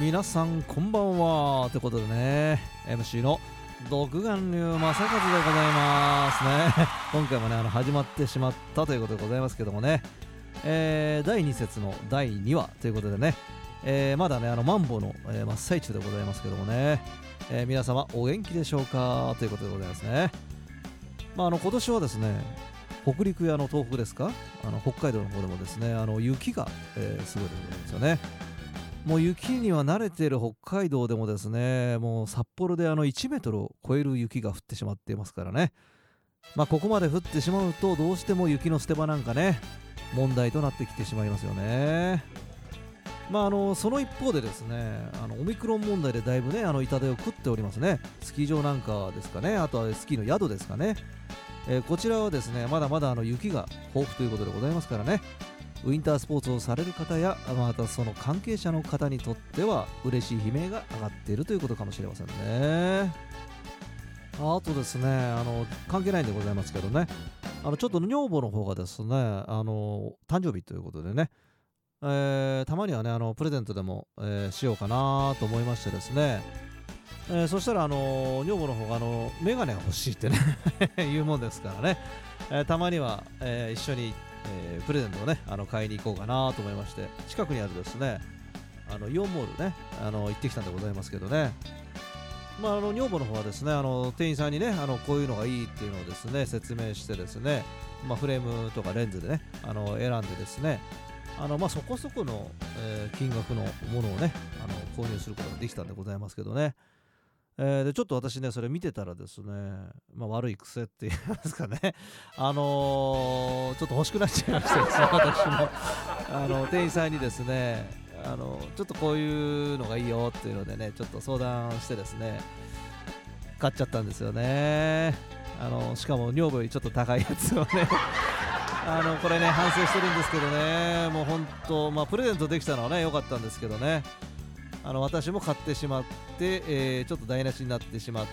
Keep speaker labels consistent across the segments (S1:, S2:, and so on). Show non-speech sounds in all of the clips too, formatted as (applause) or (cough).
S1: 皆さんこんばんはということでね MC の独眼竜正和でございますね (laughs) 今回もねあの始まってしまったということでございますけどもね、えー第2節の第2話ということでね、えーまだねあのマンボウの、えー真っ最中でございますけどもね、えー皆様お元気でしょうかということでございますねまああの今年はですね北陸やあの東北ですかあの北海道の方でもですねあの雪が、えーすごいでございますよねもう雪には慣れている北海道でもですねもう札幌であの1メートルを超える雪が降ってしまっていますからね、まあ、ここまで降ってしまうとどうしても雪の捨て場なんかね問題となってきてしまいますよね。まあ、あのその一方でですねあのオミクロン問題でだいぶねあの痛手を食っておりますねスキー場なんかですかねあとはスキーの宿ですかね、えーこちらはですねまだまだあの雪が豊富ということでございますからねウィンタースポーツをされる方やまたその関係者の方にとっては嬉しい悲鳴が上がっているということかもしれませんねああとですねあの関係ないんでございますけどねあのちょっと女房の方がですねあの誕生日ということでね、えーたまにはねあのプレゼントでも、えーしようかなと思いましてですね、えーそしたらあの女房の方があの眼鏡が欲しいってね (laughs) 言うもんですからね、えーたまには、えー一緒にえープレゼントをねあの買いに行こうかなと思いまして近くにあるですねあのイオンモールねあの行ってきたんでございますけどねまああの女房の方はですねあの店員さんにねあのこういうのがいいっていうのをですね説明してですねまあフレームとかレンズでねあの選んでですねあのまあそこそこの、えー金額のものをねあの購入することができたんでございますけどねえーでちょっと私ねそれ見てたらですね、まあ、悪い癖って言いますかねあのーちょっと欲しくなっちゃいましたですね私もあの店員さんにですねあのちょっとこういうのがいいよっていうのでねちょっと相談してですね買っちゃったんですよねあのしかも女房よりちょっと高いやつをね (laughs) あのこれね反省してるんですけどねもう本当まあプレゼントできたのはね良かったんですけどねあの私も買ってしまって、えーちょっと台無しになってしまっ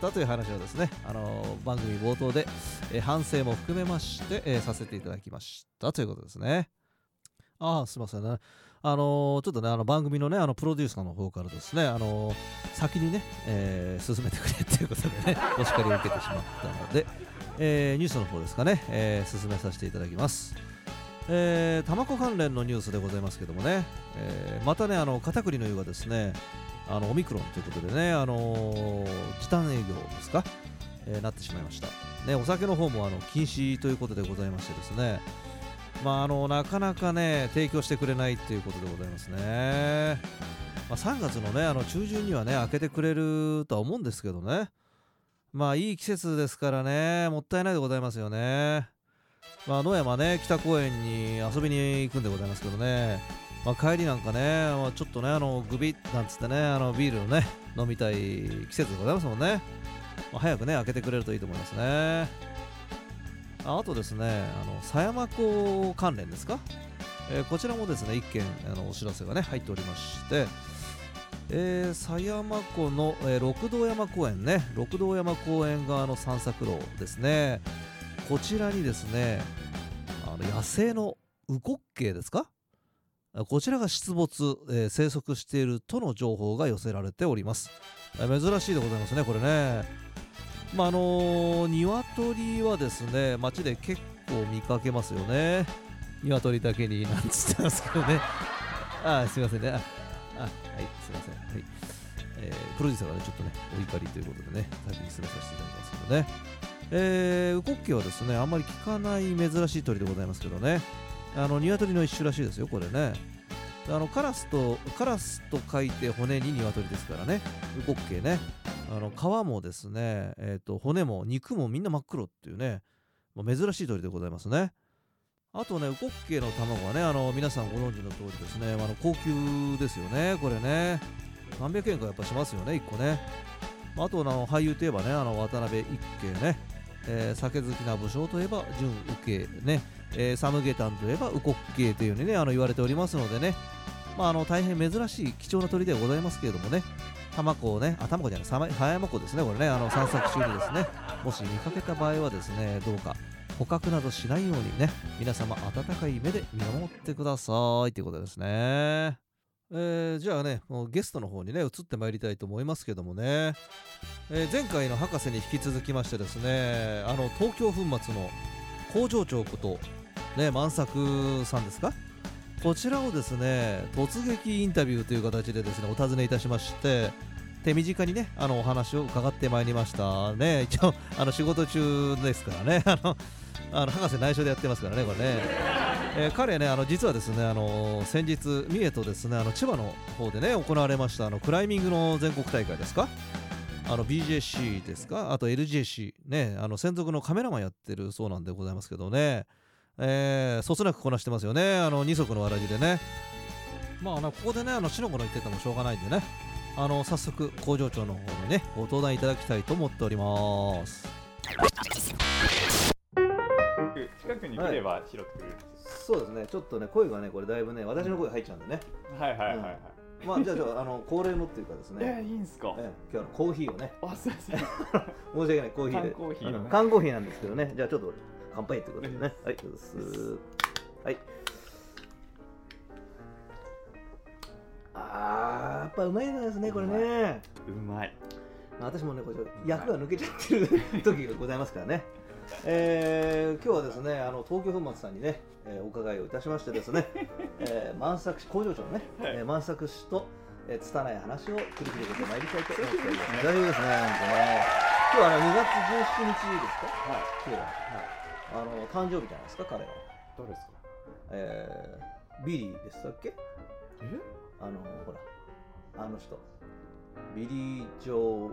S1: たという話をですねあの番組冒頭でえー反省も含めまして、えーさせていただきましたということですね。ああ、すいませんね。あのーちょっとね、あの番組のね、あのプロデューサーの方からですね、あのー先にね、えー進めてくれっていうこと (laughs) でね、お叱りを受けてしまったので、えーニュースの方ですかね、えー進めさせていただきます。えー、タバコ関連のニュースでございますけどもね、えーまたね、あの片栗の湯がですね、あのオミクロンということでね、あのー時短営業ですか、えーなってしまいました。ね、お酒の方もあの禁止ということでございましてですね、まあ、あのなかなかね提供してくれないということでございますね、まあ、3月のねあの中旬にはね開けてくれるとは思うんですけどねまあいい季節ですからねもったいないでございますよねまあ野山ね北公園に遊びに行くんでございますけどねまあ、帰りなんかね、まあ、ちょっとね、あのグビッなんつってね、あのビールをね、飲みたい季節でございますもんね。まあ早くね、開けてくれるといいと思いますね。ああとですね、あの狭山湖関連ですか、えーこちらもですね、1件あのお知らせがね、入っておりまして、えー狭山湖の、えー六道山公園ね、六道山公園側の散策路ですね、こちらにですね、あの野生のウコッケイですかあこちらが出没、えー生息しているとの情報が寄せられております。えー珍しいでございますね、これね。まああの鶏はですね街で結構見かけますよね鶏だけになんつってますけどね (laughs) ああすいませんねああはいすいませんはい、えープロデューサーがねちょっとねお怒りということでね先に進めさせていただきますけどねえー、ウコッケはですねあんまり聞かない珍しい鳥でございますけどねあの鶏の一種らしいですよこれねあのカラスとカラスと書いて骨に鶏ですからねウコッケねあの皮もですね、えーと骨も肉もみんな真っ黒っていうね、まあ珍しい鳥でございますねあとねウコッケイの卵はねあの皆さんご存知の通りですねあの高級ですよねこれね300円かやっぱしますよね1個ねまああとあの俳優といえばねあの渡辺一慶ね、えー酒好きな武将といえば純右慶ね、えーサムゲタンといえばウコッケイというようにねあの言われておりますのでねまああの大変珍しい貴重な鳥ではございますけれどもね浜子をね、あ、玉子じゃない、さま狭山湖ですね、これね、あの散策中にですね、もし見かけた場合はですね、どうか捕獲などしないようにね、皆様、温かい目で見守ってくださいということですね。えーえーじゃあねもうゲストの方にね移ってまいりたいと思いますけどもね、えー前回の博士に引き続きましてですねあの東京粉末の工場長ことね万作さんですかこちらをですね突撃インタビューという形でですねお尋ねいたしまして手短にねあのお話を伺ってまいりましたね一応あの仕事中ですからね (laughs) あのあの博士内緒でやってますからねこれね、えー彼ねあの実はですねあの先日三重とですねあの千葉の方でね行われましたあのクライミングの全国大会ですかあの BJC ですかあと LJC ねあの専属のカメラマンやってるそうなんでございますけどねえーそつなくこなしてますよねあの二足のわらじでねまああのここでねあのしのこの言っててもしょうがないんでねあの早速工場長の方にねご登壇いただきたいと思っております
S2: 近くに来れば拾ってくれるんで
S1: そうですねちょっとね声がねこれだいぶね私の声入っちゃうんでね、
S2: すよはいはいはいはい、
S1: まあじゃあじゃああの恒例のっていうかです
S2: (laughs) えー、
S1: ね、
S2: いいんすか、
S1: ええ今日のコーヒーをね
S2: あすいません
S1: 申し訳ないコーヒーで
S2: 缶コーヒーのね
S1: うん缶コーヒーなんですけどねじゃあちょっと乾杯ということでねはいそうですはいあーやっぱうまいですねこれね
S2: うまい
S1: まあ私もねこれ役が抜けちゃってる時がございますからね、えー今日はですねあの東京粉末さんにね、えーお伺いをいたしましてですね、えー、満作市工場長のね、
S2: はい
S1: えー満作市と、えー、拙い話を繰り広げてまいりたいと思っております大丈夫ですね本当ね今日はね2月17日ですか
S2: はい
S1: 今日は、あの誕生日じゃないですか彼は、
S2: 誰ですか
S1: えービリーでしたっけ
S2: え
S1: あのほらあの人ビリー・ジョー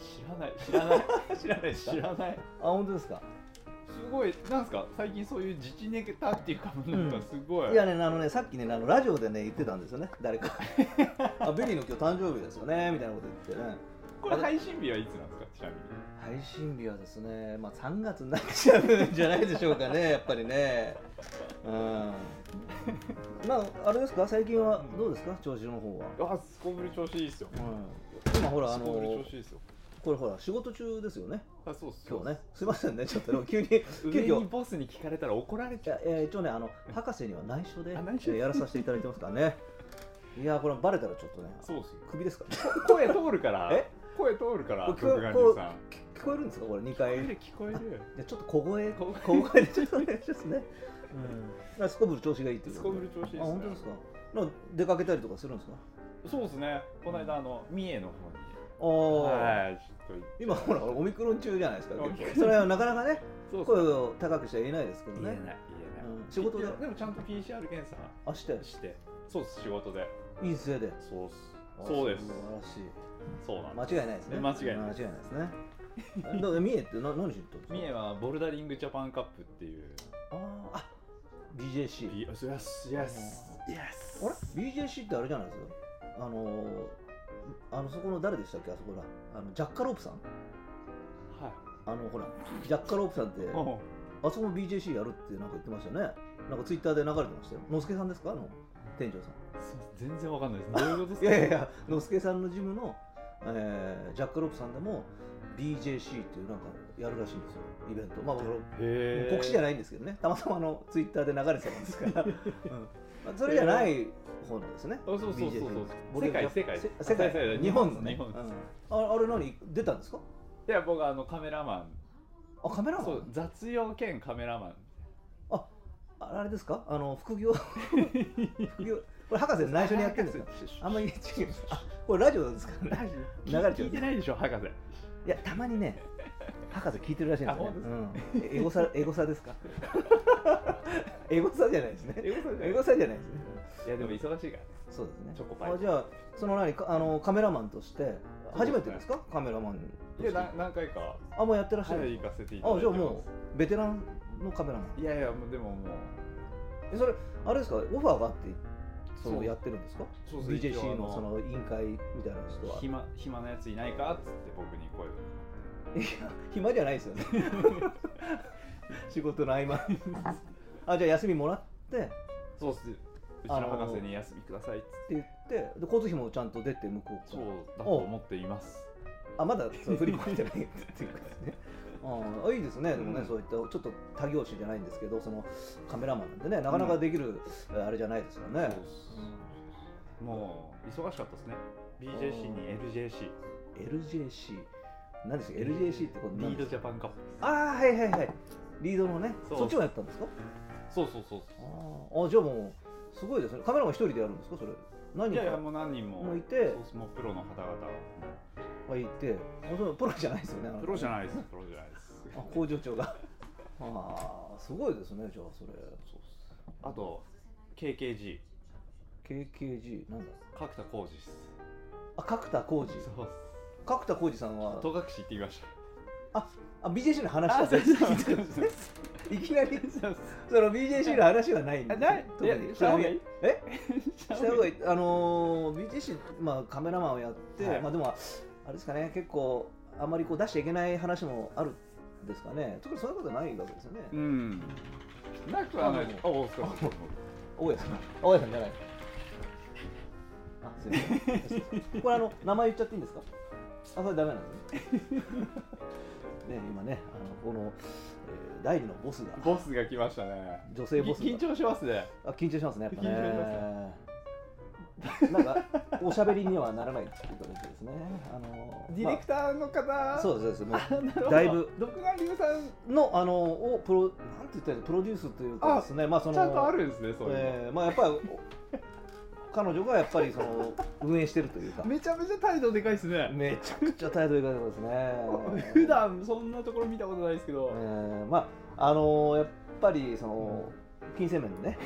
S2: 知らない知らない知らない知らない
S1: あ本当ですか
S2: すごいなんすか最近そういう自治ネタっていうかなんかすごい、
S1: いやね、あのね、さっきね、あのラジオでね、言ってたんですよね、誰
S2: (laughs)
S1: か。あ、ベリーの今日誕生日ですよね、みたいなこと言ってね。
S2: これ配信日はいつなんですかちなみに
S1: 配信日はですね、まあ、3月になっちゃうんじゃないでしょうかね、や (laughs) っぱりね。うん。まあ、あれですか、最近はどうですか、調子の方は。
S2: あすこぶる調子いいっすよ
S1: うん。今ほら、あ
S2: すこぶる調
S1: の
S2: 子、いいっすよ
S1: これほら、仕事中ですよね、
S2: あそうっす
S1: 今日ね。すいませんね、ちょっとね急に、急
S2: 上に
S1: 遽。
S2: ボスに聞かれたら怒られ
S1: い
S2: ちゃ
S1: やえー一応ねあの博士には内緒で
S2: あ内緒
S1: えーやらさせていただいてますからねいやーこれバレたらちょっとね
S2: うそうっすよ
S1: 首ですか
S2: 声通るから
S1: え
S2: 声通るから
S1: こ
S2: 曲が
S1: こ
S2: さん
S1: 聞こえるんですかこれ2
S2: 聞こえ
S1: 回
S2: る聞こえる
S1: じゃあちょっと小声
S2: 小声
S1: 小声でちょっとお願いしますねうんすこぶる調子がいいっていう
S2: す
S1: こ
S2: ことぶる調子いいっすね
S1: あ本当ですかなんか出かけたりとかするんですか
S2: そうですねこの間あの三重の方に
S1: ああ、
S2: はいちょっと
S1: 今ほらオミクロン中じゃないですか
S2: オミクロン
S1: それはなかなかね
S2: そうそう
S1: 声を高くしては言えないですけど
S2: 言えない
S1: ね
S2: 言えない、
S1: うん仕事で
S2: いやでもちゃんと PCR 検査
S1: あして
S2: してそうっす仕事で
S1: いい姿勢で
S2: そうっすそうです
S1: 素晴
S2: そうなん
S1: ら
S2: で
S1: しい間違いないですね
S2: 間違いな
S1: 間違
S2: い
S1: いないですね (laughs) だから三重ってな何しに行ったんですすか
S2: 三重はボルダリングジャパンカップっていう
S1: あーあ BJC
S2: イエスイエスイエスイエス
S1: あれ BJC ってあれじゃないですかあのー、あのそこの誰でしたっけあそこらあのジャッカロープさん
S2: はい
S1: あのほらジャッカロープさんって
S2: おう
S1: あそこも BJC やるってなんか言ってましたよねなんかツイッターで流れてましたよのすけさんですかあの店長さん
S2: すいません全然わかんないですどういうことです
S1: い
S2: か
S1: やいやいやのすけさんのジムの、えージャッカロープさんでも BJC っていうなんかやるらしいんですよイベントまあ僕
S2: へえ
S1: 告知じゃ
S2: な
S1: な
S2: い
S1: いんですけどねたまたまあのツイッターで流れてたもんです
S2: (laughs)
S1: から、うんまあ、それじゃない方なんですね
S2: あそうそうそうそう
S1: BJJ
S2: 世界世界
S1: せ世界
S2: 世界
S1: 日本のね
S2: 日本です
S1: うんああれ何出たんですか
S2: いや僕あのカメラマ
S1: あカメラ
S2: ン
S1: マ
S2: そう
S1: ン
S2: 雑用兼カメラマン
S1: あああれですかあの副
S2: (laughs)
S1: 業副業これ博士内緒にやってるんですかあんまり違うあこれラジオですからね
S2: 流
S1: (laughs) 流れちゃう
S2: 聞いてないでしょ博士
S1: いやたまにね博士聞いてるらしいんですよ、ね
S2: あ本
S1: うん、エゴサエゴサですか (laughs) エゴサじゃないですね
S2: 英語そうじゃない
S1: エゴサじゃないですね
S2: いやでも忙しいから
S1: そうですね
S2: チョコパイ
S1: あじゃあその何かあのカメラマンとして初めてですかカメラマンと
S2: い
S1: し
S2: や
S1: て
S2: な何回かは
S1: あもうやってらっしゃる
S2: い行かせていただい
S1: あ
S2: て
S1: じゃあもうベテランのカメラマン
S2: ういやいやもうでももう
S1: えそれあれですかオファーがあってそ
S2: そう
S1: うやってるんですか
S2: そうそう一
S1: BJC
S2: 応
S1: のその委員会みたいな人はい
S2: 暇暇なやついないかっつって僕に声を
S1: や暇じゃないですよ
S2: (laughs)
S1: ね仕事の合間あじゃあ休みもらってって
S2: そうっすうちの
S1: あのー
S2: 博士に休みくださいっつって
S1: 言ってで交通費もちゃんと出て向こう
S2: そ
S1: から
S2: うだと思っています
S1: あまだその振り込んでないっていうかですねああいいですね、でもね、
S2: うん
S1: そういったちょっと他業種じゃないんですけど、そのカメラマンなんでね、なかなかできる、えあれじゃないですよね。
S2: そうっすもう忙しかったですね BJC に LJC
S1: LJC 何ですか LJC ってこと
S2: リ
S1: なん
S2: ー
S1: ですか
S2: ドジャパンカップです
S1: ああはいはいはいリードのね
S2: そ
S1: そうっちもやったんですか
S2: そうそうそう
S1: あーあじゃあもうすごいですねカメラマン一人でやるんですかそれ何
S2: いやいや
S1: 人
S2: もう何人も
S1: もういて
S2: そうですもうプロの方々
S1: かいてあそうプロじゃないですよねあの
S2: プロじゃないですプロじゃないです
S1: あ工場長がああすごいですねじゃあそれ
S2: そうっすあと KKG
S1: KKG なんだ
S2: 角田浩二っす
S1: あ角田浩二
S2: そうっす
S1: 角田浩二さんは
S2: 戸隠行ってきまし
S1: あ BJC の話
S2: た
S1: は全然聞いてない (laughs) いきなりその BJC の話はないん
S2: あ
S1: で
S2: ないいやした方がいい
S1: え
S2: した
S1: した方がいいあのー、BJC、まあ、カメラマンをやって、
S2: はい
S1: まあでもあれですかね結構あまりこう出しちゃいけない話もあるんですかね特にそういうことないわけですよね、
S2: うんなくはない
S1: あ
S2: あお疲れ様
S1: 大家さん大家さんじゃないあすいませんこれあの名前言っちゃっていいんですかあそれダメなんです (laughs) ねね今ねあのこの、えー第二のボスが
S2: ボスが来ましたね
S1: 女性ボスが
S2: 緊張しますね
S1: あ緊張しますねやっぱ
S2: 緊張し
S1: ねなんかおしゃべりにはならないってことですねあの
S2: ディレクターの方、
S1: まあそうですそうですも
S2: なるほど
S1: だいぶ
S2: 独眼竜さん
S1: うのあのをプロなんて言ったらいいのプロデュースというかですねまあその
S2: ちゃんとあるんですねそういうの、
S1: えーまあやっぱりお彼女がやっぱりその運営してるというか
S2: めちゃめちゃ態度でかいですね
S1: (laughs) めちゃくちゃ態度がいいですね
S2: 普段そんなところ見たことないですけど、
S1: えーまああのーやっぱりその金銭面 (laughs) でね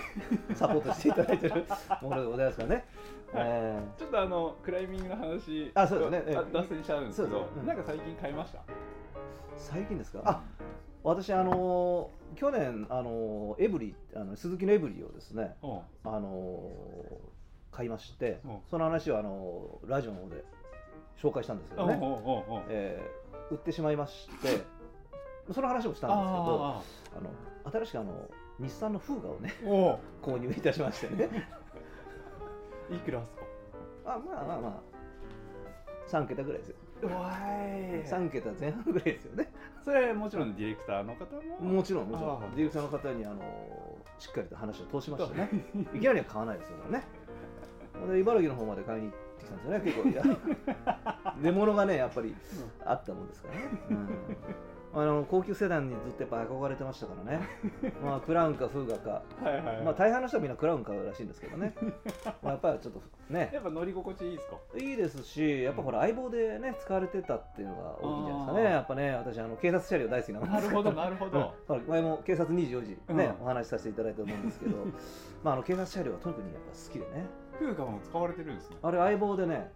S1: サポートしていただいてるものでございますからね、えー
S2: ちょっとあのクライミングの話
S1: あそうですね
S2: あ
S1: ええ
S2: 脱線しちゃうんです
S1: そ
S2: け
S1: う
S2: ど
S1: ですねうん
S2: なんか最近買いました
S1: 最近ですかあ私あのー去年あのーエブリあの鈴木のエブリをですね
S2: うん
S1: あのー買いまして、
S2: うん
S1: その話をあのーラジオの方で紹介したんですけどね、
S2: うんうんうんうん
S1: えー売ってしまいましてその話もしたんですけど
S2: あ
S1: あの新しくあの日産のフーガをね
S2: ーお
S1: 購入いたしまして
S2: (laughs)
S1: ね
S2: ういくらっすか
S1: あまあまあまあ3桁ぐらいですよ、
S2: おい
S1: 3桁前半ぐらいですよね
S2: それもちろんディレクターの方も
S1: もちろんもちろ
S2: あ
S1: ん
S2: ー
S1: ディレクターの方にあのしっかりと話を通しましたねいきなりは買わないですよね。で茨城の方まで買いに行ってきたんですよね、結構い
S2: (laughs)
S1: や。出物がね、やっぱりあったもんですからね。うん、あの高級セダンにずっとやっぱ憧れてましたからね。まあ、クラウンかフーガか、
S2: (laughs) はいはい、はい
S1: まあ、大半の人はみんなクラウン買うらしいんですけどね。まあ、やっぱりちょっとね、
S2: やっぱ乗り心地いいですか
S1: いいですし、やっぱほら、相棒でね、使われてたっていうのが大きいんじゃないですかね。
S2: あー
S1: やっぱね、私、あの警察車両大好きなもん
S2: な
S1: で
S2: る
S1: す
S2: ほ
S1: から
S2: どなるほ
S1: うん
S2: ど、
S1: ほら前も警察24時、ね
S2: う
S1: お
S2: ん
S1: 話しさせていただいたと思うんですけど
S2: (laughs)
S1: まああの警察車両は特にやっぱ好きでね
S2: フーガも使われてるんですね
S1: あれ相棒でね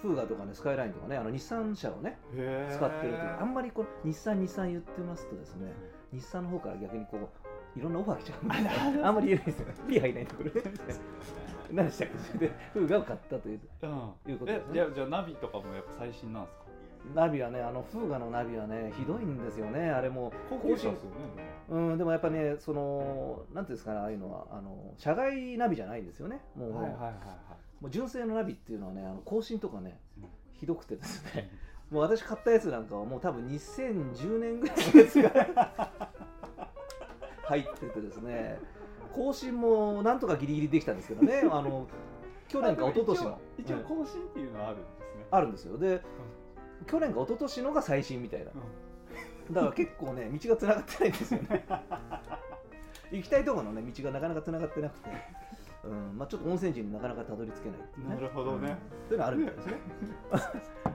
S1: フーガとかねスカイラインとかねあの日産車をね
S2: へ
S1: 使
S2: ー
S1: ってるというあんまりこう日産日産言ってますとですね日産の方から逆にこういろんなオファー来ちゃうんで
S2: あ
S1: あんまり言えないですよね P 入らないところで何でしたっけでフーガを買ったという
S2: うん
S1: いうことですね
S2: えじゃあじゃあナビとかもやっぱ最新なんですか
S1: ナビはねあのフーガのナビはねひどいんですよねあれもう
S2: 高級車
S1: 更新
S2: ですよね
S1: うん、でもやっぱね、その、なんていうんですかね、ああいうのは、あの、社外ナビじゃないんですよね。もう、
S2: はいはいはい
S1: もう純正のナビっていうのはね、あの更新とかね
S2: うん、
S1: ひどくてです
S2: はい
S1: ね、もう私買ったやつなんかはもう多分2010年ぐらいのやつが入っててです
S2: (laughs)
S1: ね、更新もなんとかギリギリできたんですけどね、あの、去年か一昨年の。
S2: 一応
S1: うん
S2: 一応更新っていうのはあるんですね
S1: あるんですよで、去年か一昨年のが最新みたいな、だから結構ね道がつながってないんですよね行きたいところのね道がなかなかつながってなくて、うんまあ、ちょっと温泉地になかなかたどり着けないっていうね
S2: なるほどね
S1: うんというのはあるみたいですね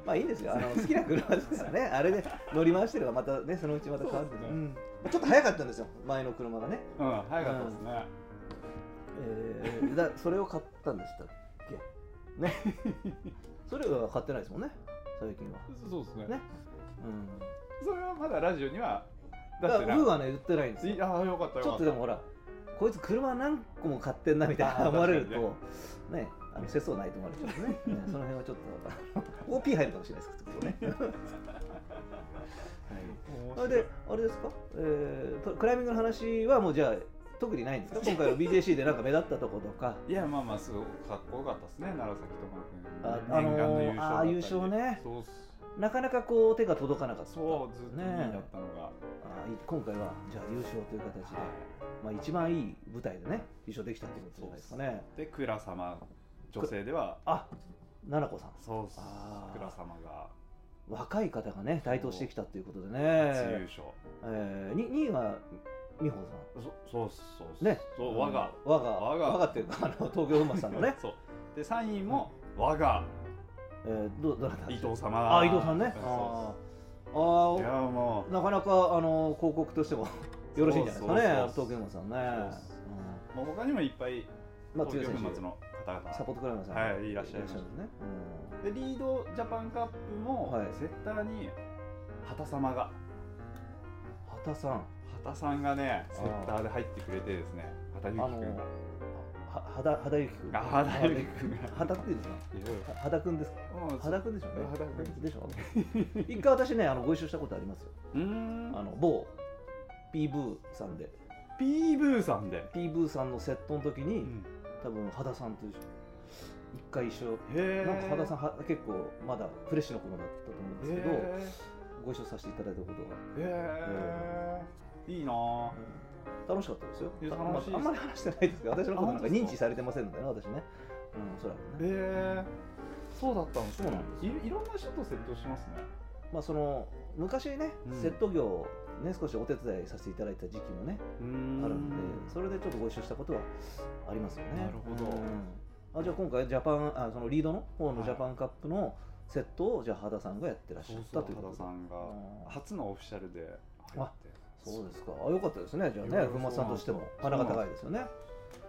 S1: まあいいんですよあの好きな車です
S2: (laughs)
S1: からねあれで乗り回してればまたねそのうちまた変わるんで
S2: そうですね
S1: うんちょっと早かったんですよ前の車がね、
S2: (laughs) うん早かったですね
S1: えーだそれを買ったんでしたっけ
S2: (laughs)
S1: ねそれは買ってないですもんね最近は
S2: そそうですね
S1: ねうん
S2: それはまだラジオには出
S1: だ
S2: し
S1: か
S2: て
S1: ら
S2: ない
S1: ウーはね言ってないんですよ
S2: いああよかったよ
S1: ち
S2: か
S1: ょ
S2: った
S1: っとでもほらこいつ車何個も買ってんなみたい
S2: あー
S1: な思われる
S2: 確
S1: とねあの節操ないと思われちゃ
S2: (laughs)
S1: うねねその辺はちょっと (laughs) OP 入るかもしれないですけどね
S2: (laughs) 面
S1: そ
S2: 白
S1: れ
S2: い
S1: であれですか、えーとクライミングの話はもうじゃあ特にないんですか今回の BJC でなんか目立ったとことか
S2: いやまあまあすごくかっこよかったですね楢崎智
S1: あ
S2: 君念願の優
S1: あ
S2: 勝だったり
S1: のーあー優勝ね
S2: そうっす
S1: なかなかこう手が届かなかった
S2: そうずっと2位だったのが、
S1: あーい今回はじゃあ優勝という形で、
S2: は
S1: まあ、一番いい舞台でね優勝できたってことじゃないですかね
S2: いで倉様女性では
S1: あ奈々子さん
S2: そうっす
S1: あー
S2: 桜様が
S1: 若い方がね台頭してきたということでね、
S2: 初優
S1: え
S2: 勝、
S1: ー、に2位が美穂さん
S2: そそうっすそうっす
S1: ね
S2: そう我が、
S1: 我が
S2: 我が、
S1: 我がっていうかあの東京馬さんのね
S2: そうで3位も我が
S1: えー、どどなた
S2: 伊藤様
S1: あ伊藤さんね
S2: そう
S1: あ
S2: そ
S1: ーあ
S2: ういや
S1: ー
S2: もう
S1: なかなかあの広告として
S2: (laughs)
S1: もよろしいんじゃないですかね
S2: そうそうそう
S1: 東京馬さんね
S2: そうもう他にもいっぱ
S1: う
S2: い
S1: んまあ、強い
S2: 東
S1: 選
S2: 京粉末
S1: 手
S2: の方々
S1: サポートクラブのさん
S2: はいいらっしゃいま
S1: ますすね、
S2: でリードジャパンカップも、
S1: はい
S2: セッターに畑様が
S1: うん、畑さん
S2: 畑さんがねセッターで入ってくれてですね畑幸君が
S1: は肌肌ゆきくん
S2: あ畑幸君が
S1: 肌っていうんですか肌くんですか
S2: うん
S1: 肌くんでしょうね
S2: 肌くん
S1: でしょ一回私ねあのご一緒したことありますよ
S2: うーん
S1: あの某ピーブーさんで
S2: ピーブーさんで、
S1: ピーブーさんのセットの時に、
S2: うん
S1: 多分羽田さんと一緒一回一緒
S2: へえ
S1: なんか羽田さんは結構まだフレッシュな頃だったと思うんですけど、
S2: へ
S1: ご一緒させていただいたことが
S2: えへえいいなぁ
S1: 楽しかったですよ
S2: いや
S1: た
S2: 楽しいです
S1: まあ、あんまり話してないですけど私のことなんか
S2: あ本当ですか
S1: 認知されてませんのでね私ねうんおそらくね、
S2: へえそうだったんですね
S1: そうなんです
S2: いいろんな人とセットしますね
S1: まあその昔ね、
S2: うん
S1: セット業をね少しお手伝いさせていただいた時期もね
S2: うーん
S1: あるのでそれでちょっとご一緒したことはありますよね
S2: なるほど
S1: うんあじゃあ今回ジャパンあそのリードの方のジャパンカップのセットをじゃあ羽田さんがやってらっし
S2: そ
S1: ゃっ
S2: うそ
S1: た
S2: う
S1: ということ
S2: 羽
S1: で
S2: 田さんが
S1: うん
S2: 初のオフィシャルで入って
S1: そうですか。あ、良かったですね。じゃ
S2: い
S1: あ
S2: や
S1: ね、粉末さんとしても
S2: そう
S1: 鼻
S2: なんです
S1: が高いですよね。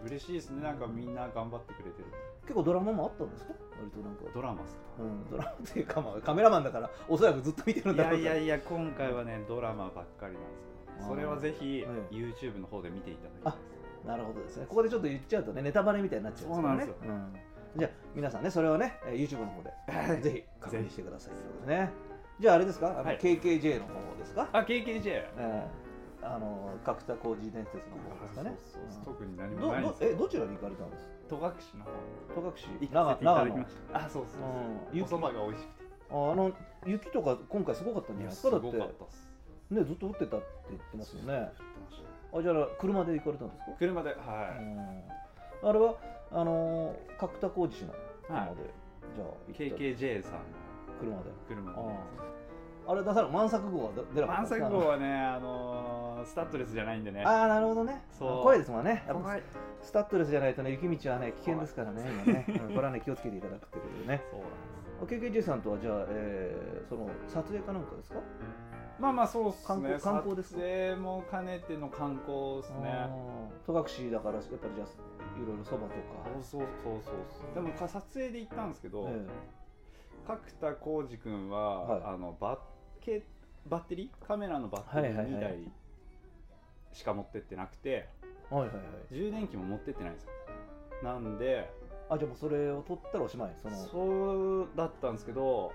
S2: 嬉しいですねなんかみんな頑張ってくれてる
S1: 結構ドラマもあったんですか？割となんか。
S2: ドラマっす
S1: うん、ドラマっていうかまあカメラマンだからおそらくずっと見てるんだ
S2: か
S1: ろう
S2: い
S1: から
S2: やいやいや今回はねドラマばっかりなんですよそれはぜひ
S1: あー
S2: YouTube の方で見ていただきたいです
S1: なるほどですねここでちょっと言っちゃうとねネタバレみたいになっちゃうんですからね
S2: そう
S1: うんじゃあ皆さんねそれをねえー YouTube の方で、ぜひ確認してくださいということですねじゃああれですかあの、
S2: はい
S1: KKJ の方ですか、
S2: あ KKJ
S1: えーあの角田工事伝説の方ですかね
S2: そうそうそう特に何
S1: うん
S2: も
S1: ど
S2: ないんで
S1: ど
S2: す
S1: え
S2: よ
S1: どちらに行かれたんです
S2: 戸隠の方
S1: 戸隠
S2: に行
S1: 長
S2: かせていただき
S1: 野
S2: ましたあそうそう
S1: うん
S2: そうお蕎麦が美味しく
S1: ああの雪とか今回すごかったんじゃない
S2: ていや
S1: です
S2: す
S1: かだ
S2: ご
S1: っ
S2: か
S1: て
S2: ったっす
S1: ねずっと降ってたって言ってますよね
S2: 降ってましたね
S1: あじゃあ車で行かれたんですか、
S2: 車では
S1: うんあれはあのー角田浩二氏の
S2: い
S1: 車で、
S2: は
S1: じゃあ
S2: い
S1: 行った
S2: KKJ さんの
S1: 車で
S2: 車で
S1: あれ出さる満作号は出出なかったん
S2: 満
S1: です
S2: 作
S1: か
S2: 号はねあのースタッドレスじゃないんでね
S1: ああなるほどね
S2: そう
S1: 怖いですもんねやっぱ
S2: 怖い
S1: スタッドレスじゃないとね雪道はね危険ですからね今ね、うんこれはね気をつけていただくってことでね
S2: そうなんです
S1: KKJ さんとはじゃあ、えーその撮影かなんかですか
S2: まあまあそうっすね
S1: 観光観光ですか
S2: 撮影も兼ねての観光ですね
S1: あー戸隠だからやっぱりじゃあいろいろそばとか
S2: そうそうそうそうでもか撮影で行ったんですけど、
S1: え
S2: 角田浩二君は、
S1: はい
S2: あのバッケバッテリーカメラのバッテリ
S1: はい
S2: ー
S1: はいは
S2: 2
S1: い
S2: 台しか持ってってなくて、
S1: えはいはいはい
S2: 充電器も持ってってないんですよなんで
S1: あじゃあもうそれを取ったらおしまいその
S2: そうだったんですけど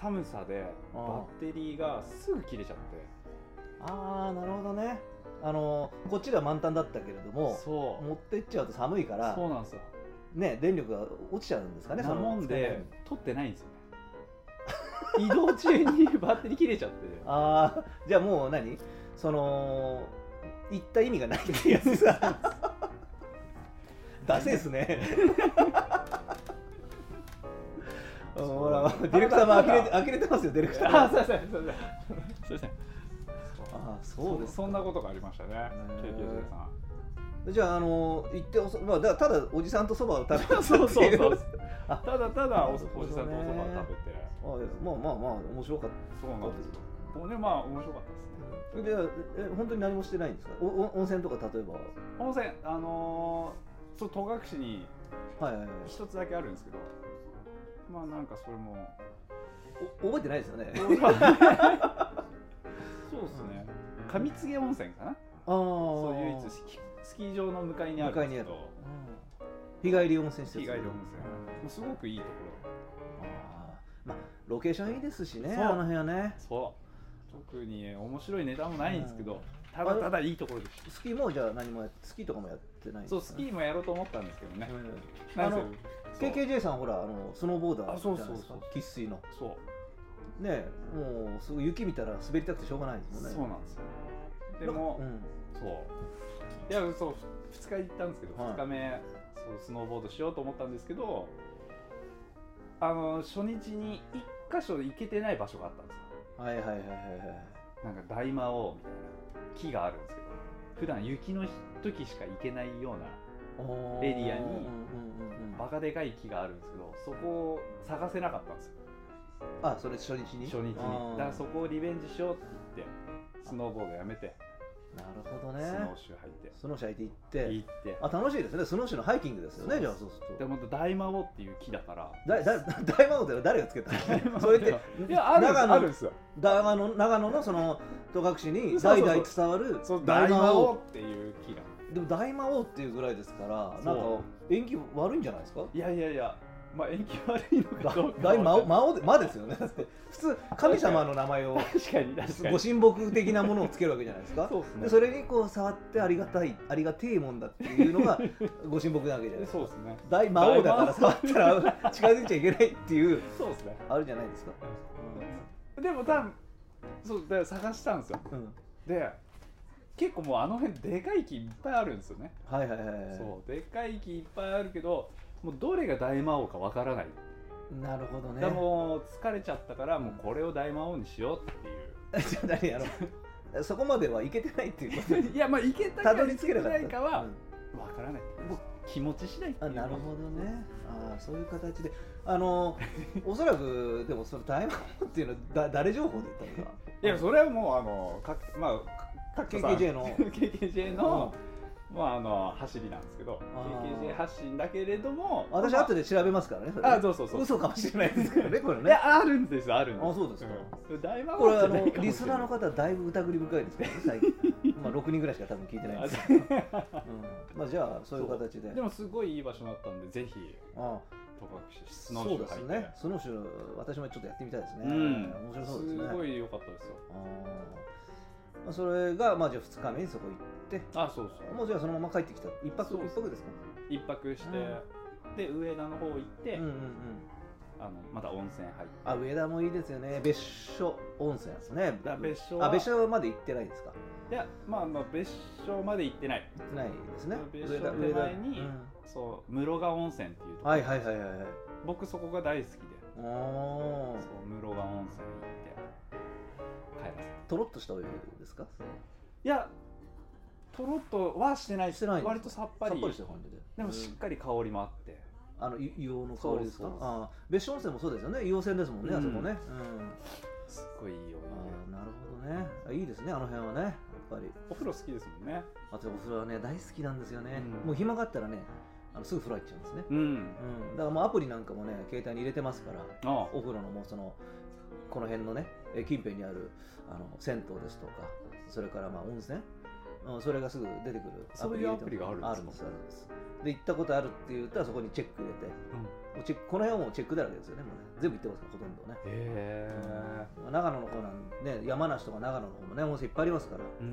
S2: 寒さで
S1: あ
S2: バ
S1: ー
S2: ッテリーがすぐ切れちゃって
S1: ああなるほどねあのこっちでは満タンだったけれども
S2: そう
S1: 持ってっちゃうと寒いから
S2: そうなんですよ
S1: ね電力が落ちちゃうんですかね
S2: な
S1: その
S2: もん
S1: 使えない
S2: で
S1: のに
S2: 撮ってないんですよね移動中にバッテリー切れちゃって
S1: ああ (laughs) じゃあもう何その言った意味がないってやつさ
S2: (laughs)
S1: ダセーっすねほらディレクターも呆れて呆れてますよディレクター
S2: あすいませんすいませんすいません
S1: ああそ
S2: そうう
S1: で
S2: ですすそんなことがありましたね
S1: ー
S2: KKJ さん
S1: じゃあ、あの行っておそ、まあ、だからただおじさんとそばを食べたってい
S2: (laughs) そうそうそう
S1: (laughs) あ
S2: ただただおお
S1: な
S2: じ
S1: るほどね
S2: さんとおそば食べて
S1: あまあまあまあ面白かっ
S2: そうなんですよもうねまあ面白かったですね
S1: たでえ本当に何もしてないんですかおお温泉とか例えば
S2: 温泉あのーそう戸隠に
S1: はいはいはい
S2: 一つだけあるんですけどまあなんかそれも (laughs)
S1: お覚えてないですよね
S2: そうですね上継温泉かな
S1: ああ
S2: そう
S1: ー
S2: 唯一スキスキー場の向かいにあるんですけど
S1: 日帰り温泉施
S2: 日
S1: 設
S2: 帰り温泉もうすごくいいとこ
S1: あーまあロケーションいいですしね
S2: そう
S1: あの辺はね
S2: ろそう特に面白いネタもないんですけどただただいいところでした
S1: スキーもじゃあ何もやっスキーとかもやってないんです
S2: そ
S1: か
S2: う、スキーもやろうと思ったんですけどね。
S1: うん
S2: なん
S1: あ
S2: せ
S1: の KKJ さんほらあのスノーボーダー
S2: あ
S1: じ
S2: そ
S1: ゃ
S2: う
S1: な
S2: そう
S1: いで
S2: そう
S1: すか生粋の
S2: そう
S1: ねえもうすごい雪見たら滑りたくてしょうがないですもんね
S2: そうなんですよ。でも、
S1: うん
S2: そう。いや、そう、2日行ったんですけど、
S1: はい
S2: 2日目、そうスノーボードしようと思ったんですけどあの初日に1箇所行けてない場所があったんですよ
S1: はいはいはいはいはい
S2: なんか大魔王みたいな木があるんですけど普段雪の時しか行けないような
S1: おー
S2: エリア
S1: うんうん
S2: に
S1: うんうん
S2: バカでかい木があるんですけどそこを探せなかったんですよ
S1: あそれ初日に
S2: 初日にだ
S1: あー
S2: からそこをリベンジしようって言ってスノーボードやめて
S1: なるほど
S2: スノ
S1: ね
S2: ーシュー入って
S1: スノーシュ履いて行って
S2: 行って
S1: あ楽しいですねスノーシュのハイキングですよね
S2: そ
S1: じ
S2: うで
S1: ゃあ
S2: す
S1: そうする
S2: で
S1: と
S2: も本当大魔王っていう木だから
S1: だだ (laughs) 大魔王だよ誰がつけた
S2: 大魔
S1: の
S2: 王
S1: それって
S2: いやあるんです
S1: 長野
S2: あるんですよ
S1: 長野長野のその戸隠に
S2: そう
S1: 代
S2: そうそう
S1: 々伝わる
S2: そう大魔王っていう木が
S1: でも大魔王っていうぐらいですからなんか
S2: そ
S1: 演技悪いんじゃないですか
S2: いやいやいやまあ延期悪いのかどうかは
S1: 大魔王魔王で魔ですよねだって普通神様の名前を
S2: 確かに確か
S1: ご
S2: に
S1: 神木的なものをつけるわけじゃないですか
S2: そうですね
S1: でそれにこう触ってありがたいありがてえもんだっていうの
S2: (laughs)
S1: がご神木なわけじゃないですか
S2: そうですね
S1: 大魔王だから
S2: 大魔
S1: 触ったら近づいちゃいけないっていう
S2: そうですね
S1: あるじゃないですか、
S2: でも多分そうだから探したんですよ
S1: うん、
S2: で結構もうあの辺でかい木いっぱいあるんですよね
S1: はいはいはいはい
S2: そうでかい木いっぱいあるけどもうどれが大魔王かわからない、
S1: なるほどね
S2: でもう疲れちゃったからもうこれを大魔王にしようっていう
S1: じゃあ何あ
S2: (laughs)
S1: のそこまではいけてないって (laughs) いうこと
S2: いやまあいけ
S1: た
S2: たか
S1: ど
S2: い
S1: り着け
S2: け
S1: なかった
S2: ないかは
S1: うん
S2: わからないもう気持ち次第って
S1: あ
S2: いう
S1: なるほどねあーそういう形であのおそらくでもその大魔王っていうのはだ誰情報で言ったのか
S2: いやそれはもうあのかまあかかっこさん
S1: KKJ の
S2: KKJ の、まああの走りなんですけど
S1: あー
S2: KKJ 発信だけれども
S1: 私
S2: まあ
S1: 後で調べますからねそれね
S2: あそうそうそう
S1: 嘘かもしれないですからねこれ
S2: い
S1: ね
S2: やあるんですよあるんです
S1: あそうですか
S2: うん大魔
S1: こ
S2: 王
S1: れ
S2: じ
S1: あ
S2: (laughs) ゃないかもしれない
S1: のリスナーの方だいぶ疑り深いですけどね最近
S2: (laughs)
S1: まあ6人ぐらいしか多分聞いてないんですけど、うんまあ、じゃあそういう形で
S2: でもすごいいい場所だったんでぜひ
S1: あ
S2: 戸隠スノー
S1: そ
S2: シ
S1: う
S2: ュー
S1: で
S2: 入
S1: す
S2: って
S1: ねスノーシュー私もちょっとやってみたいですね、
S2: うん
S1: 面白そうですね
S2: ごい良かったですよ
S1: あーまあそれがまあじゃあ2日目にそこ行って
S2: あそうそう
S1: もうじゃあそのまま帰ってきた一泊
S2: そう
S1: 一泊ですか
S2: 一泊して、で上田の方行って、
S1: うんうんうん
S2: あのまた温泉入って
S1: あ上田もいいですよね別所温泉ですね
S2: だ別所は
S1: あ別所まで行ってないですか
S2: いやまあまあ別所まで行ってない
S1: 行ってないですね
S2: 別所手前に
S1: うん
S2: そう室賀温泉っていうとこ
S1: はいはいはいはいはい
S2: 僕そこが大好きで
S1: おお
S2: そう室賀温泉行って帰らせて
S1: とろっとしたお湯ですか
S2: いやとろっとはしてないです
S1: してない
S2: 割とさっぱ
S1: さっ
S2: り
S1: ぱりした感じで
S2: でもしっかり香りもあって、
S1: あのゆ硫黄の香りですか
S2: そうそうそう
S1: ああ別所温泉もそうですよね硫黄泉ですもんね、
S2: うん
S1: あそこね、うん、
S2: すっごいいいお湯で
S1: ああなるほどねあいいですねあの辺はねやっぱり
S2: お風呂好きですもんね
S1: あとお風呂はね大好きなんですよね、
S2: うん
S1: もう暇があったらねあのすぐ風呂入っちゃうんですね、
S2: うん
S1: うん、だからもうアプリなんかもね携帯に入れてますから
S2: あ
S1: お風呂のもうそのこの辺のねえー近辺にあるあの銭湯ですとかそれからまあ温泉、うん、それがすぐ出てくる
S2: そういうアプリがあるんです
S1: あ
S2: か
S1: るんですあるんですで行ったことあるって言ったらそこにチェック入れて、もうチェックこの辺はもうチェックだらけですよねもうね全部行ってますからほとんどね
S2: へえ
S1: まあ長野の方なんで、ね、山梨とか長野の方もね温泉いっぱいありますから
S2: うん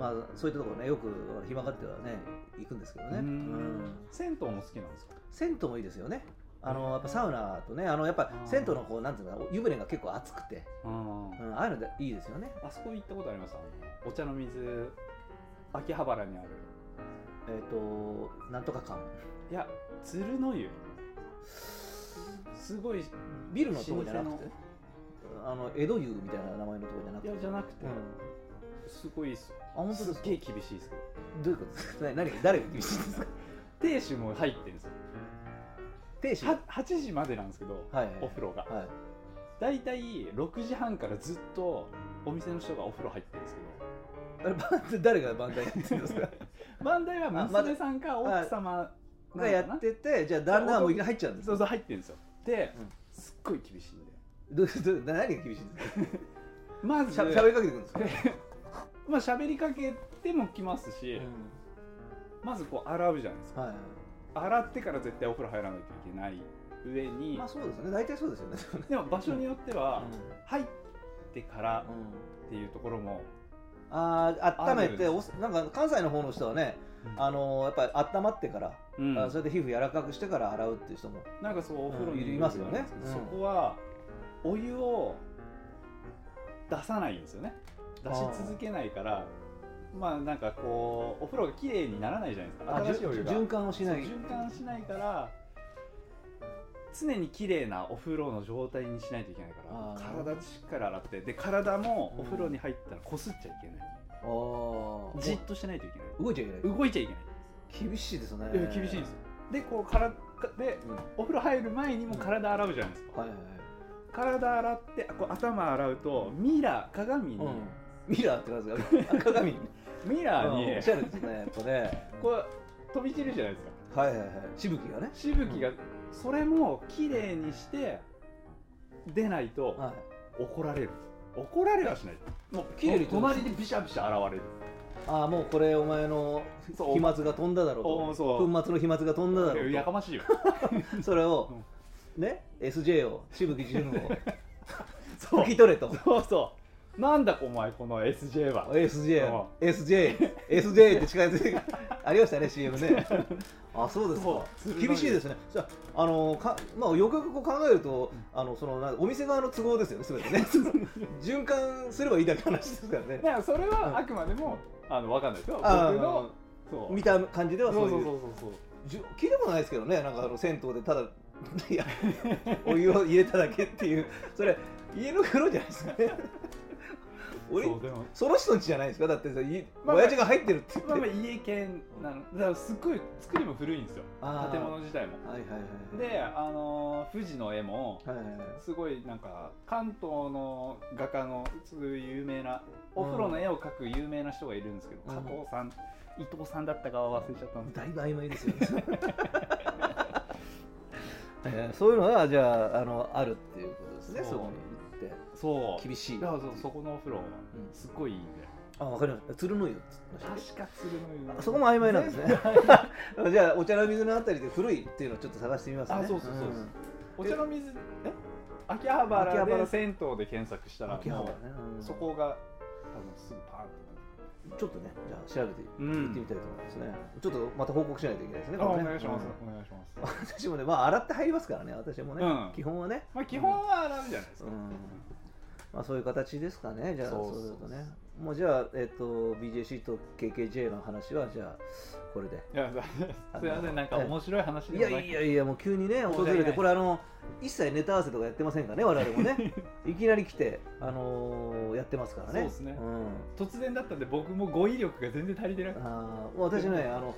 S1: まあそういったところねよく暇があってはね行くんですけどね、うん
S2: 銭湯も好きなんですか
S1: 銭湯もいいですよねあのやっぱサウナとねあのやっぱ
S2: うん
S1: 銭湯のこうなんていうのかな湯船が結構熱くて、
S2: うん
S1: うん、ああいうのでいいですよね
S2: あそこ行ったことありますあのお茶の水秋葉原にある
S1: えっ、となんとか館
S2: いや鶴の湯すごいい
S1: ビルのとこじゃなくて
S2: 老舗の
S1: あの江戸湯みたいな名前のとこじゃなくて、
S2: やじゃなくて、
S1: うん、あ
S2: すごいっすよ
S1: 本当です
S2: っ
S1: か
S2: げえ厳しいっすよ
S1: どういうことですか (laughs) 何何が誰が厳しいん (laughs) ですか
S2: 亭主も入ってるんですよ
S1: 亭主
S2: は8時までなんですけど、
S1: はいはい
S2: お風呂が
S1: はい
S2: 大体6時半からずっとお店の人がお風呂入ってるんですけど
S1: あれバン誰がバンダイやってるん (laughs) ですか
S2: 番台は娘さんか奥様
S1: がやっててじゃあ旦那はもういきなり入っちゃうんです
S2: そうそう入ってるんですよで、
S1: うん
S2: すっごい厳しいんで
S1: どうどう何が厳しいんですか
S2: まず
S1: しゃ喋りかけてくるんですか、
S2: まあ喋りかけても来ますし、
S1: う
S2: まずこう洗うじゃないですか
S1: んはい
S2: 洗ってから絶対お風呂入らないといけない上に、
S1: まあそうですよね大体そうですよね
S2: でも場所によっては、入ってから
S1: うんうん
S2: っていうところも、
S1: ああ温めて
S2: あるん
S1: おなんか関西の方の人はね、あのやっぱり温まってから、
S2: うん
S1: あそれで皮膚柔らかくしてから洗うっていう人も
S2: なんかそうお風呂に
S1: うんいますよね
S2: そこはお湯を出さないんですよね出し続けないからまあなんかこうお風呂が綺麗にならないじゃないですか
S1: あ
S2: 新しいお湯が
S1: 循環をしない
S2: そう循環しないから常に綺麗なお風呂の状態にしないといけない
S1: あ
S2: か
S1: ー
S2: ら体しっかり洗ってで体もお風呂に入ったらこすっちゃいけない、
S1: あー
S2: じっとしてないといけない
S1: 動いちゃいけない
S2: 動いちゃいけない
S1: 厳しいですね
S2: いや厳しいんですよでこうからで
S1: うんは
S2: お風呂入る前にも体洗うじゃないですか、
S1: いはいはい
S2: 体洗ってこう頭洗うとミラー鏡に、
S1: うんミラーってなんですか
S2: (laughs)
S1: 鏡に
S2: ミラー
S1: お
S2: に
S1: しゃれですねやっぱね
S2: こう飛び散るじゃないですか
S1: はいはいはいしぶきがね
S2: しぶきが、それも綺麗にして出ないと
S1: はい
S2: 怒られる怒られはしないもう
S1: 綺麗に
S2: 隣でビシャビシャ現れる
S1: ああもうこれお前の
S2: そう
S1: 飛沫が飛んだだろ
S2: お
S1: う
S2: ーそ
S1: と
S2: う
S1: 粉末の飛沫が飛んだだろう
S2: や
S1: と
S2: かましいよ
S1: (laughs) それを、ね、SJ を、しぶき純を、
S2: (laughs) そう
S1: 拭き取れと。
S2: そうそうなんだお前この SJ は
S1: SJ、SJ、SJ って近づいて、 (laughs) ありましたね、CM ね。あ、そうですか。
S2: そう
S1: 厳しいですね。じゃあ、あのかまあ、よくよくこう考えると
S2: うん、
S1: あのそのなお店側の都合ですよね、すべてね。循環すればいいだけの話ですからね
S2: だ。からそれ
S1: うん
S2: はあくまでも、あのわかんないですよ僕
S1: あ
S2: の
S1: の
S2: そう
S1: 見た感じでは
S2: そ
S1: そうう
S2: そ
S1: いうう
S2: そうそう
S1: じゅ聞いたことないですけどねなんかあの銭湯でただ (laughs) いやお湯を入れただけっていうそれ家の風呂じゃないですか
S2: (laughs)
S1: ね
S2: そう
S1: 俺
S2: そうでも
S1: その人んちじゃないですかだってさ、い
S2: まあ
S1: 親父が入ってるって言って、
S2: まあまあ家系なのだからすっごい作りも古いんですよ
S1: あー
S2: 建物自体も
S1: はいはいはい
S2: であのー富士の絵も
S1: はいはいはい
S2: すごいなんか関東の画家のそういう有名なお風呂の絵を描く有名な人がいるんですけど、
S1: うん
S2: 加藤さん伊藤さんだったかは忘れちゃったんです
S1: だいぶ曖昧ですよね (laughs) えーそういうのがじゃああのあるっていうことですね
S2: そう
S1: そこに行っ
S2: けどそう
S1: て厳しい
S2: だからそうそこのお風呂は
S1: うん
S2: すっごいいいんで、
S1: あわかりました鶴の湯って言ってました
S2: 確か鶴の湯
S1: そこも曖昧なんですねじゃあお茶の水のあたりで古いっていうのをちょっと探してみますね
S2: あそうそうそう
S1: うん
S2: (laughs) お茶の水え秋葉原
S1: 秋葉
S2: で
S1: 原
S2: 銭湯で検索したら
S1: 秋葉原
S2: も
S1: ね、う
S2: うんそこが多分すぐパーンと
S1: ちょっとねじゃあ調べて
S2: う
S1: 行ってみたいと思いますね、ちょっとまた報告しないといけないですね
S2: あ
S1: こ
S2: お
S1: れね
S2: 願いします、
S1: うん
S2: お願いします
S1: 私もねまあ洗って入りますからね私もね、
S2: うん
S1: 基本はね
S2: まあ基本は洗うじゃないですか、
S1: うんまあそういう形ですかねじゃあ
S2: そう
S1: そう
S2: そ
S1: う
S2: そう
S1: するとねもうじゃあえっ、と BJC と KKJ の話はじゃあこれで
S2: いやすいませんなんか面白い話でも
S1: い
S2: な
S1: や
S2: く
S1: いやいやもう急にね
S2: 申し訳
S1: 訪
S2: ない
S1: れてこれあの一切ネタ合わせとかやってませんからね我々も
S2: (laughs)
S1: ねいきなり来てあのーやってますからね
S2: そうですね
S1: ん
S2: 突然だったんで僕も語彙力が全然足りてなくて
S1: あー私ねあの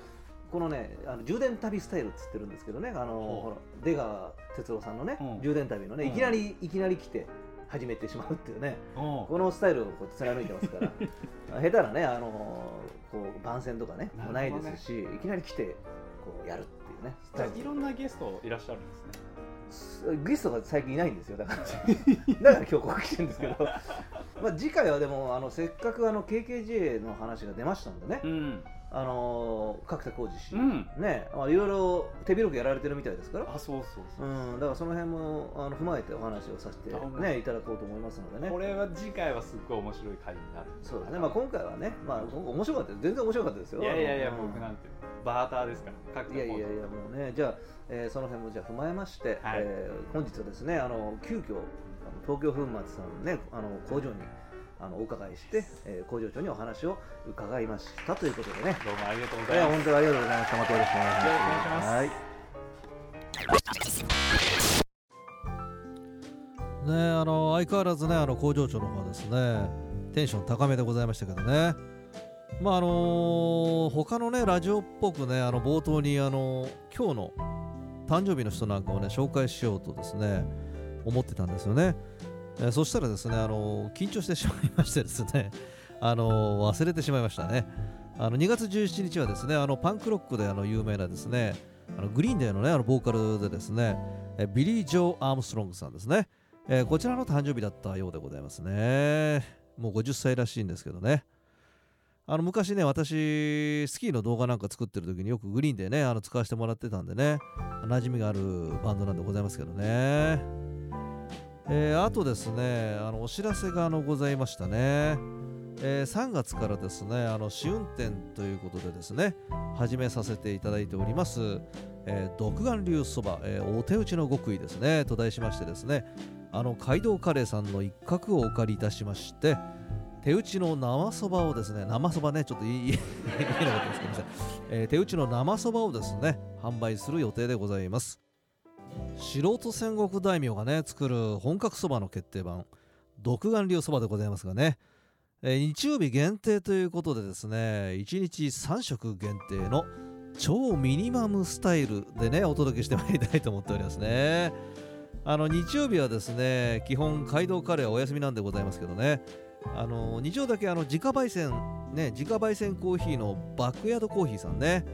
S1: このねあの充電旅スタイルっつってるんですけどねあの
S2: ほう
S1: ほら出川哲朗さんのね、
S2: うん
S1: 充電旅のね
S2: うん
S1: いきなり、いきなり来て始めてしまうっていうね
S2: こ
S1: このスタイルをこう貫いてますから
S2: (laughs)
S1: 下手なねあのこう番宣とかね
S2: なるほど
S1: な
S2: ね
S1: いですしいきなり来てこうやるっていうねス
S2: じ
S1: タ
S2: ゃ
S1: イ
S2: あいろんなゲストいらっしゃるんですね
S1: ルゲストが最近いないんですよだ
S2: (laughs)
S1: からだから今日ここ来てるんですけど、まあ、次回はでもあのせっかくあの KKJ の話が出ましたんでね、
S2: ん
S1: あのー角田浩二氏、
S2: うん
S1: ねまあ、いろいろ手広くやられてるみたいですから、
S2: あそうそうそうう、
S1: ん、だからその辺もあの踏まえてお話をさせて、
S2: あほんま
S1: ね、いただこうと思いますので
S2: こ
S1: ね。
S2: れは次回はすっごい面白い回になる
S1: そうですねまあ、今回はね、まあ、面白かったです全然面白かったですよ。
S2: いやいやいや
S1: うん
S2: 僕なんてバーターですから
S1: いやいやいやもうねじゃあ、えーその辺もじゃあ踏まえまして、
S2: はい
S1: えー本日はですねあの急遽あの東京粉末さんのねあの工場にあのお伺いして、えー工場長にお話を伺いましたということでね
S2: どうもありがとうご
S1: い
S2: ざい
S1: や
S2: ます
S1: 本当にありがとうございましたまたよろしくお願いします
S2: よろしくお願いします
S1: は
S3: ね
S1: い
S3: あの相変わらずねあの工場長の方はですねテンション高めでございましたけどねまああの他のねラジオっぽくねあの冒頭にあの今日の誕生日の人なんかをね紹介しようとですね思ってたんですよね、えーそしたらですねあの緊張してしまいましてですねあの忘れてしまいましたねあの2月17日はですねあのパンクロックであの有名なですねあのグリーンデーのねあのボーカルでですねえービリー・ジョー・アームストロングさんですねえーこちらの誕生日だったようでございますね。もう50歳らしいんですけどね。あの昔ね、私、スキーの動画なんか作ってる時によくグリーンでね、あの使わせてもらってたんでね、馴染みがあるバンドなんでございますけどね。えーあとですね、あのお知らせがあのございましたね。えー3月からですね、あの試運転ということでですね、始めさせていただいております、えー独眼流そば、えーお手打ちの極意ですね、と題しましてですね、あの街道カレーさんの一角をお借りいたしまして、
S1: 手打ちの生そばをですね生そばねちょっといい (laughs) 言えなかったですけど、えー手打ちの生そばをですね販売する予定でございます素人戦国大名がね作る本格そばの決定版独眼流そばでございますがね、えー日曜日限定ということでですね1日3食限定の超ミニマムスタイルでねお届けしてまいりたいと思っておりますねあの日曜日はですね基本街道カレーはお休みなんでございますけどねあの日曜だけあの自家焙煎ね自家焙煎コーヒーのバックヤードコーヒーさんね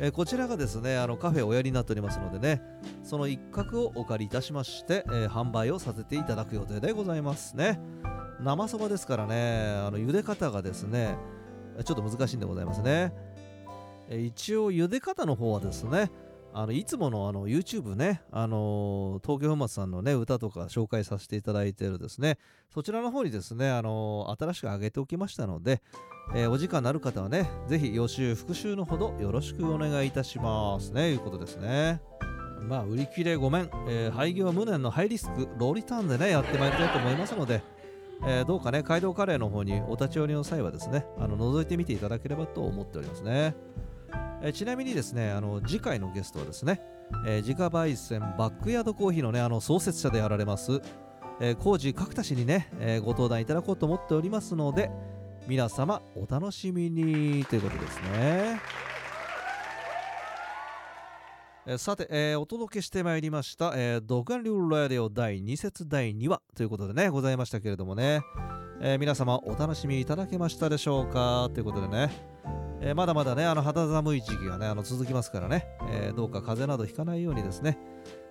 S1: えーこちらがですねあのカフェをおやりになっておりますのでねその一角をお借りいたしまして、えー販売をさせていただく予定でございますね生そばですからねあの茹で方がですねちょっと難しいんでございますねえー一応茹で方の方はですねあのいつものあの YouTube ね、あのー東京粉末さんのね歌とか紹介させていただいているですねそちらの方にですね、あのー新しく上げておきましたので、えーお時間のある方はねぜひ予習復習のほどよろしくお願いいたしますねいうことですねまあ売り切れごめん、えー廃業は無念のハイリスクローリターンでねやってまいりたいと思いますので、えーどうかね街道カレーの方にお立ち寄りの際はですねあの覗いてみていただければと思っておりますねえーちなみにですねあの次回のゲストはですね、えー自家焙煎バックヤードコーヒーのねあの創設者であられます、えー、工事角田氏にね、えーご登壇いただこうと思っておりますので皆様お楽しみにということですね。えーさて、えーお届けしてまいりました「えー、ドカン流ラディオ第2節第2話」ということでねございましたけれどもね、えー皆様お楽しみいただけましたでしょうかということでねえーまだまだね、あの肌寒い時期がね、あの続きますからね、えーどうか風邪などひかないようにですね、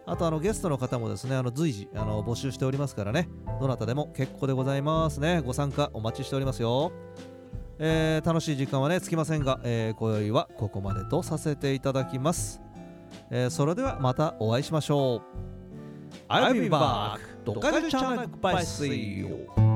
S1: あとあのゲストの方もですね、あの随時あの募集しておりますからね、どなたでも結構でございますね、ご参加お待ちしておりますよ。えー楽しい時間はね、つきませんが、えー今宵はここまでとさせていただきます。えーそれではまたお会いしましょう。I'll be back! ドカジャチャンネルバイスイ